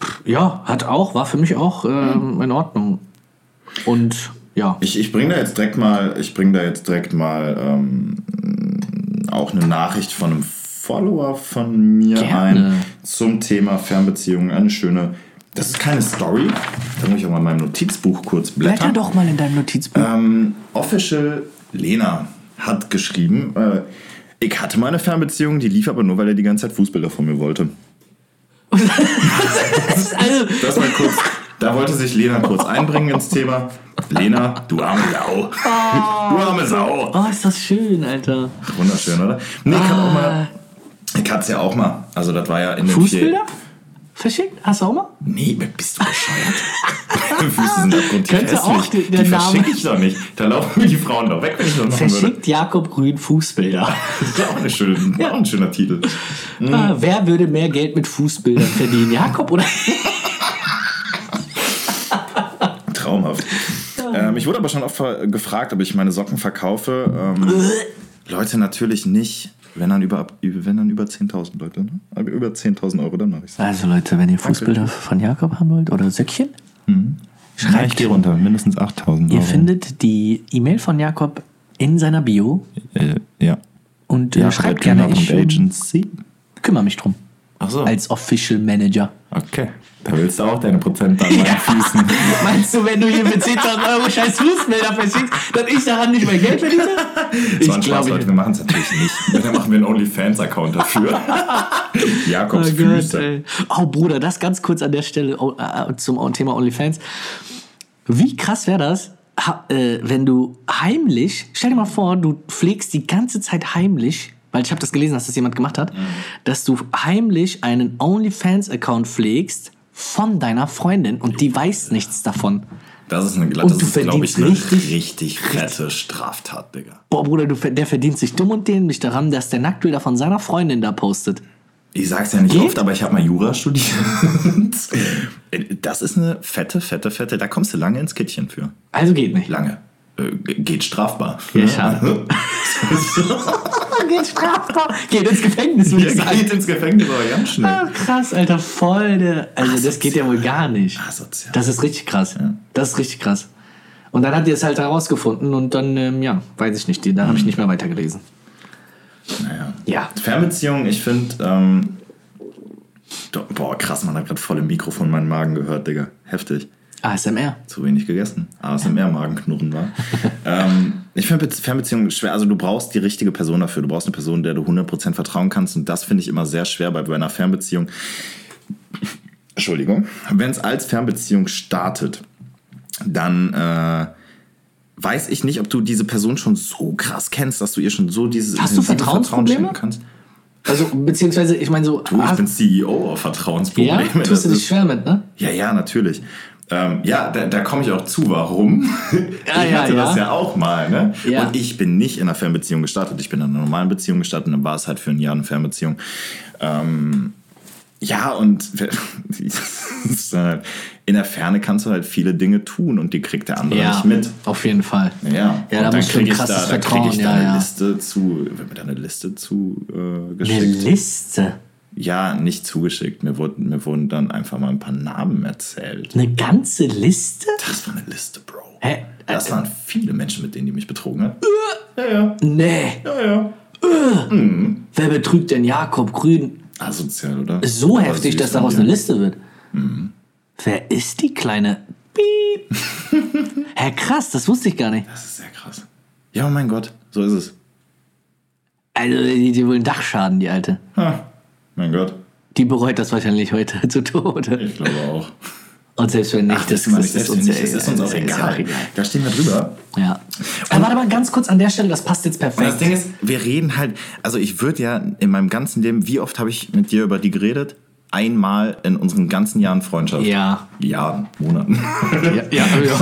pff, ja, hat auch, war für mich auch ähm, in Ordnung. Und ja, Mhm. Ich, ich bringe da jetzt direkt mal, ich bring da jetzt direkt mal ähm, auch eine Nachricht von einem Follower von mir Gerne. ein zum Thema Fernbeziehungen. Eine schöne Das ist keine Story. Da muss ich auch mal in meinem Notizbuch kurz blättern. Blätter doch mal in deinem Notizbuch. Ähm, Official Lena hat geschrieben, äh, ich hatte mal eine Fernbeziehung, die lief aber nur, weil er die ganze Zeit Fußbilder von mir [laughs] wollte. also, Das mal kurz. Da wollte sich Lena kurz einbringen ins Thema. Lena, du arme Sau. Ah. Du arme Sau. oh, ist das schön, Alter. Wunderschön, oder? Nee, ich hatte auch mal. Ich hatte es ja auch mal. Also, das war ja in den Fußbilder? Verschickt? Hast du auch mal? Vier, nee, bist du bescheuert? [laughs] Füße sind abgrundtief Könnte hässlich. auch der- der die Name- verschicke ich doch nicht. Da laufen mir die Frauen doch weg, wenn ich das machen würde. Verschickt Jakob Grün Fußbilder. Das ist ja auch, eine schöne, auch ein schöner Titel. Mhm. Ah, wer würde mehr Geld mit Fußbildern verdienen? Jakob oder? Traumhaft. Ähm, ich wurde aber schon oft ver- gefragt, ob ich meine Socken verkaufe. Ähm, Leute, natürlich nicht. Wenn dann über, über- wenn dann über 10.000 Leute, ne? Aber über 10.000 Euro, dann mache ich es. Also Leute, wenn ihr Fußbilder von Jakob haben wollt oder Söckchen, schreibt. ich gehe runter, mindestens 8.000 Euro. Ihr findet die E-Mail von Jakob in seiner Bio äh, ja. und äh, schreibt gerne. Ich ähm, Agency. kümmere mich drum. Ach so. Als Official Manager. Okay. Da willst du auch deine Prozent an meinen Füßen. Meinst du, wenn du hier für 10.000 Euro scheiß Fußbilder verschickst, dass ich daran halt nicht mehr Geld verdiene? [laughs] Das war ein Spaß, glaube Leute. Wir machen es natürlich [laughs] nicht. Dann machen wir einen OnlyFans-Account dafür. Jakobs Oh, Gott, Füße. ey. oh Bruder, das ganz kurz an der Stelle oh, äh, zum Thema OnlyFans. Wie krass wäre das, ha, äh, wenn du heimlich, stell dir mal vor, du pflegst die ganze Zeit heimlich, weil ich habe das gelesen, dass das jemand gemacht hat, dass du heimlich einen OnlyFans-Account pflegst von deiner Freundin und die weiß nichts davon. Das ist, eine, Und das du ist glaube ich, verdienst eine richtig- richtig fette Straftat, Digga. Boah, Bruder, du, ver- der verdient sich dumm und dämlich daran, dass der Nacktbilder von seiner Freundin da postet. Ich sag's ja nicht Geht? oft, aber ich habe mal Jura studiert. [laughs] Das ist eine fette, fette, fette. Da kommst du lange ins Kittchen für. Also geht nicht. Lange. Äh, g- geht strafbar. Ja, schade. [laughs] Geht strafbar. Geht ins Gefängnis, würde ich Ihr sagen. geht ins Gefängnis aber ganz [laughs] schnell. Ah, krass, Alter, voll der. Also, das geht ja wohl gar nicht. Ah, Asozial. Das ist richtig krass. Das ist richtig krass. Und dann hat ihr es halt herausgefunden und dann, ähm, ja, weiß ich nicht, die- dann habe ich nicht mehr weitergelesen. Mhm. Naja. Ja. Fernbeziehung, ich finde. Ähm, do- boah, krass, man hat gerade voll im Mikrofon meinen Magen gehört, Digga. Heftig. ASMR. zu wenig gegessen. ASMR-Magenknurren [laughs] war. ähm, ich finde Be- Fernbeziehungen schwer. Also du brauchst die richtige Person dafür. Du brauchst eine Person, der du 100% vertrauen kannst. Und das finde ich immer sehr schwer bei, bei einer Fernbeziehung. Entschuldigung. Wenn es als Fernbeziehung startet, dann äh, weiß ich nicht, ob du diese Person schon so krass kennst, dass du ihr schon so dieses Hast du intensive Vertrauensprobleme? schenken kannst. Also, beziehungsweise, ich meine, so. Du, ich ah, bin CEO auf Vertrauensprobleme. ja, tust Das du ist- dich schwer mit, ne? ja, ja, natürlich. Ähm, ja, da, da komme ich auch zu, [laughs] warum. Ja, ich Ah, ja, hatte ja. das ja auch mal. Ne? Ja. Und ich bin nicht in einer Fernbeziehung gestartet. Ich bin in einer normalen Beziehung gestartet und dann war es halt für ein Jahr eine Fernbeziehung. Ähm, ja, und [laughs] in der Ferne kannst du halt viele Dinge tun und die kriegt der andere nicht mit. auf jeden Fall. Ja, ja da und dann musst du ein krieg ich da, krasses da krieg Vertrauen. ich da Ja, eine ja. Liste zu, wird mir da eine Liste zu äh, Eine geschickt. Liste. Ja, nicht zugeschickt. Mir wurden, mir wurden dann einfach mal ein paar Namen erzählt. Eine ganze Liste? Das war eine Liste, Bro. Hä? Das waren viele Menschen, mit denen die mich betrogen haben. Äh, Nee. Ja, ja. Wer betrügt denn Jakob Grün? Asozial, oder? so Aber heftig, süß dass von daraus dir. Mhm. eine Liste wird. Wer ist die kleine? [laughs] Piep. Herr Krass, das wusste ich gar nicht. Das ist sehr krass. Ja, oh mein Gott, so ist es. Also, die, die wollen Dachschaden, die Alte. Ha. Mein Gott, Die bereut das wahrscheinlich heute [laughs] zu Tode. ich glaube auch. [laughs] Und selbst wenn nicht, das, mal das, ist uns, ja- das ist uns auch ja- ist egal. Da stehen wir drüber. Ja. Aber warte mal ganz kurz an der Stelle, das passt jetzt Und das perfekt. Ding ist, wir reden halt, also ich würde ja in meinem ganzen Leben, wie oft habe ich mit dir über die geredet? Einmal in unseren ganzen Jahren Freundschaft. Ja. Jahren, Monaten. Ja, ja, [laughs] ja.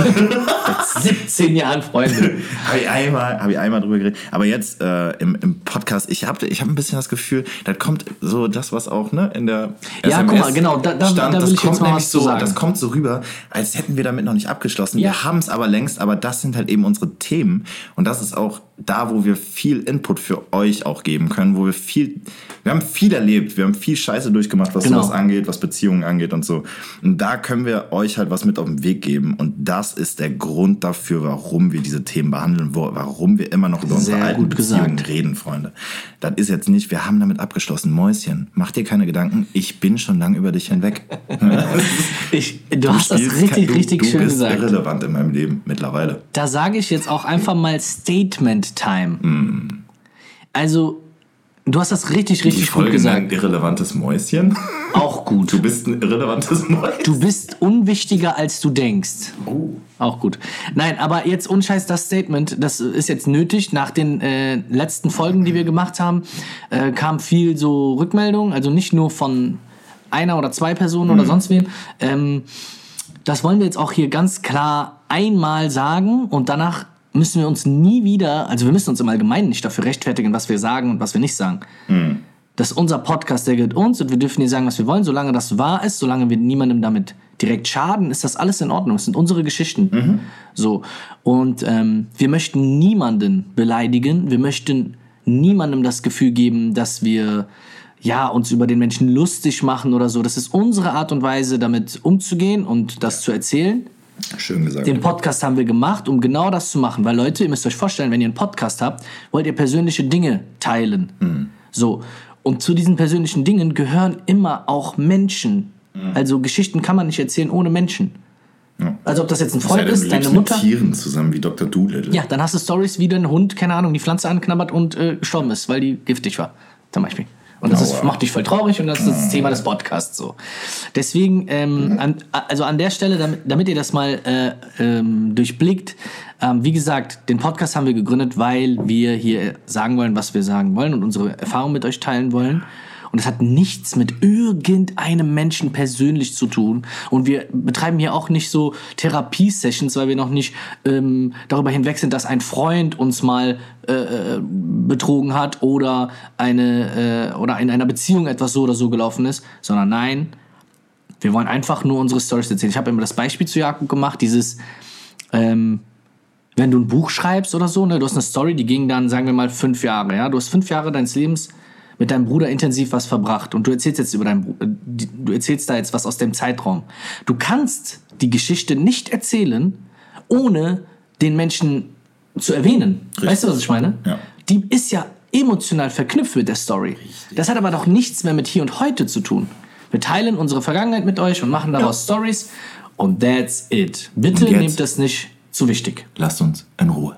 Seit 17 Jahren Freunde. Habe ich, einmal, [laughs] hab ich einmal drüber geredet. Aber jetzt äh, im, im Podcast, ich habe ich hab ein bisschen das Gefühl, da kommt so das, was auch ne, in der Ja, SMS guck mal, genau, da- da- da will das ich jetzt kommt mal nämlich was zu so, sagen. Das kommt so rüber, als hätten wir damit noch nicht abgeschlossen. Ja. Wir haben es aber längst, aber das sind halt eben unsere Themen. Und das ist auch da, wo wir viel Input für euch auch geben können, wo wir viel, wir haben viel erlebt, wir haben viel Scheiße durchgemacht, was Genau. sowas angeht, was Beziehungen angeht und so. Und da können wir euch halt was mit auf den Weg geben. Und das ist der Grund dafür, warum wir diese Themen behandeln, wo, warum wir immer noch über unsere Sehr alten gut Beziehungen gesagt. reden, Freunde. Das ist jetzt nicht, wir haben damit abgeschlossen. Mäuschen, mach dir keine Gedanken, ich bin schon lange über dich hinweg. Ich, [laughs] du, hast das spielst richtig, kein- du, richtig du schön bist gesagt. irrelevant in meinem Leben mittlerweile. Da sage ich jetzt auch einfach mal Statement Time. Also, du hast das richtig, Die richtig gut Folge nennt gesagt. irrelevantes Mäuschen. Auch gut. Du bist ein irrelevantes Mäuschen. Du bist unwichtiger, als du denkst. Oh. Auch gut. Nein, aber jetzt unscheiß das Statement, das ist jetzt nötig. Nach den äh, letzten Folgen, die wir gemacht haben, äh, kam viel so Rückmeldung, also nicht nur von einer oder zwei Personen oder sonst wem. Ähm, das wollen wir jetzt auch hier ganz klar einmal sagen und danach müssen wir uns nie wieder, also wir müssen uns im Allgemeinen nicht dafür rechtfertigen, was wir sagen und was wir nicht sagen. Das ist unser Podcast, der gehört uns und wir dürfen hier sagen, was wir wollen, solange das wahr ist, solange wir niemandem damit direkt schaden, ist das alles in Ordnung. Es sind unsere Geschichten. So. Und ähm, wir möchten niemanden beleidigen. Wir möchten niemandem das Gefühl geben, dass wir ja, uns über den Menschen lustig machen oder so. Das ist unsere Art und Weise, damit umzugehen und das zu erzählen. Schön gesagt. Den Podcast haben wir gemacht, um genau das zu machen. Weil Leute, ihr müsst euch vorstellen, wenn ihr einen Podcast habt, wollt ihr persönliche Dinge teilen. So. Und zu diesen persönlichen Dingen gehören immer auch Menschen. Also Geschichten kann man nicht erzählen ohne Menschen. Also ob das jetzt ein Sei Freund denn, du ist, deine lebst mit Mutter. Tieren zusammen wie Dr. Doolittle. Ja, dann hast du Stories, wie dein Hund, keine Ahnung, die Pflanze anknabbert und äh, gestorben ist, weil die giftig war, zum Beispiel. Und das ist, Aua. macht dich voll traurig und das ist das Thema des Podcasts so. Deswegen, ähm, an, also an der Stelle, damit, damit ihr das mal äh, ähm, durchblickt, ähm, wie gesagt, den Podcast haben wir gegründet, weil wir hier sagen wollen, was wir sagen wollen und unsere Erfahrungen mit euch teilen wollen. Und es hat nichts mit irgendeinem Menschen persönlich zu tun. Und wir betreiben hier auch nicht so Therapie-Sessions, weil wir noch nicht ähm, darüber hinweg sind, dass ein Freund uns mal äh, äh, betrogen hat oder, eine, äh, oder in einer Beziehung etwas so oder so gelaufen ist. Sondern nein, wir wollen einfach nur unsere Stories erzählen. Ich habe immer das Beispiel zu Jakob gemacht, dieses, ähm, wenn du ein Buch schreibst oder so, ne, du hast eine Story, die ging dann, sagen wir mal, fünf Jahre, ja, du hast fünf Jahre deines Lebens mit deinem Bruder intensiv was verbracht und du erzählst jetzt über deinen, Bru- äh, die- du erzählst da jetzt was aus dem Zeitraum. Du kannst die Geschichte nicht erzählen, ohne den Menschen zu erwähnen. Weißt du, was ich meine? Ja. Die ist ja emotional verknüpft mit der Story. Das hat aber doch nichts mehr mit hier und heute zu tun. Wir teilen unsere Vergangenheit mit euch und machen daraus Stories und that's it. Bitte Und jetzt? nehmt das nicht zu wichtig. Lasst uns in Ruhe.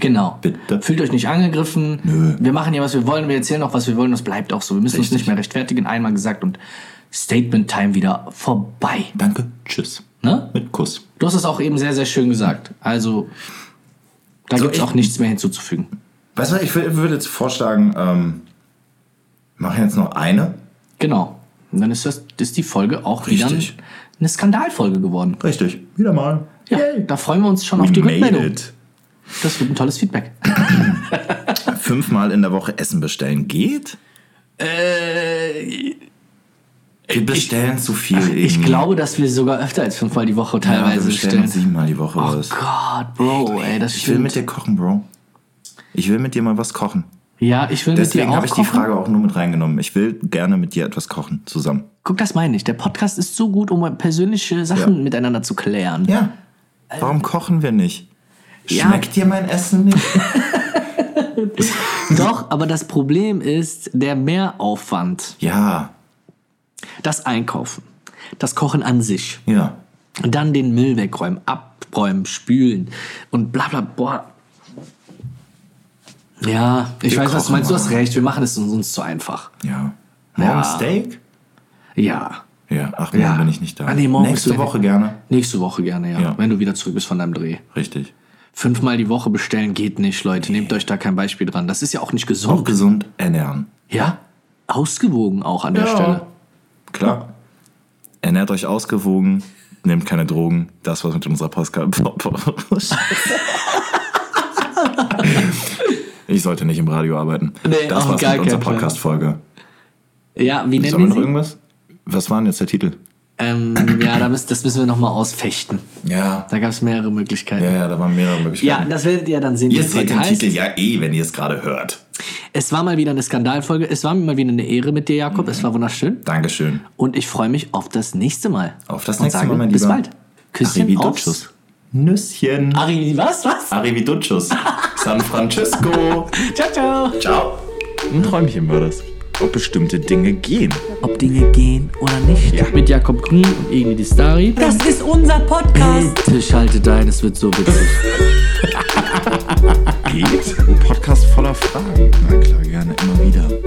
Genau. Bitte? Fühlt euch nicht angegriffen. Nö. Wir machen hier, was wir wollen. Wir erzählen auch, was wir wollen. Das bleibt auch so. Wir müssen uns nicht mehr rechtfertigen. Einmal gesagt und Statement Time wieder vorbei. Danke. Tschüss. Ne? Mit Kuss. Du hast es auch eben sehr, sehr schön gesagt. Also, da So, gibt's ich- auch nichts mehr hinzuzufügen. Weißt du, was, ich wür- würde jetzt vorschlagen, ähm, machen jetzt noch eine. Genau. Und dann ist, das, ist die Folge auch Richtig. wieder eine Skandalfolge geworden. Richtig. Wieder mal. Ja, da freuen wir uns schon auf die Rückmeldung. Das wird ein tolles Feedback. Fünfmal in der Woche Essen bestellen geht? Äh, Wir bestellen zu viel. ich glaube, dass wir sogar öfter als fünfmal die Woche ja, wir teilweise bestellen bestellen. uns siebenmal die Woche Oh was. Gott, Bro, ey, das Ich will stimmt. mit dir kochen, Bro. Ich will mit dir mal was kochen. ja, ich will Deswegen mit dir auch habe ich die kochen. Frage auch nur mit reingenommen. Ich will gerne mit dir etwas kochen, zusammen. Guck, das meine ich. Der Podcast ist so gut, um persönliche Sachen Ja. miteinander zu klären. Ja. Warum kochen wir nicht? Ja. Schmeckt dir mein Essen nicht? [laughs] Doch, aber das Problem ist der Mehraufwand. ja, Das Einkaufen, das Kochen an sich. ja. Und dann den Müll wegräumen, abräumen, spülen und bla bla boah. Ja, ich Wir weiß, was kochen du meinst. Du mal. hast recht, wir machen es uns, uns zu einfach. Ja. Morgen Ja. Steak? Ja. Ja, ach, morgen ja. bin ich nicht da. Ah, nee, morgen Nächste bist du- Woche gerne. Nächste Woche gerne, ja. Ja. Wenn du wieder zurück bist von deinem Dreh. Richtig. Fünfmal die Woche bestellen geht nicht, Leute. Nehmt euch da kein Beispiel dran. Das ist ja auch nicht Auch gesund. gesund ernähren. Ja, ausgewogen auch an der Stelle. Klar. Ernährt euch ausgewogen, nehmt keine Drogen. Das war's mit unserer [laughs] Postka. ich sollte nicht im Radio arbeiten. Nee, das auf war's gar mit unserer keinen Fall. Podcast-Folge. Ja, wie Sollen wir nennen noch wir sie? irgendwas? Was war denn jetzt der Titel? Ähm, ja, da müsst, das müssen wir nochmal ausfechten. Ja. Da gab es mehrere Möglichkeiten. Ja, ja, da waren mehrere Ja, Möglichkeiten. das werdet ihr dann sehen. ihr wie die seht Folge den heißt. Titel ja eh, wenn ihr es gerade hört. Es war mal wieder eine Skandalfolge. Es war mir mal wieder eine Ehre mit dir, Jakob. Es war wunderschön. Dankeschön. Und ich freue mich auf das nächste Mal. Auf das Und nächste sage, Mal, mein Bis Lieber. bald. Küsschen aufs. Nüsschen. Ari, was? Was? Arrivederci. San Francisco. Ciao, ciao. Ciao. Ein Träumchen war das. Ob bestimmte Dinge gehen. Ob Dinge gehen oder nicht. Mit Jakob Grün und Egli Distari. Das ist unser Podcast. Bitte schalte ein, es wird so witzig. Geht? Ein Podcast voller Fragen. Na klar, gerne immer wieder.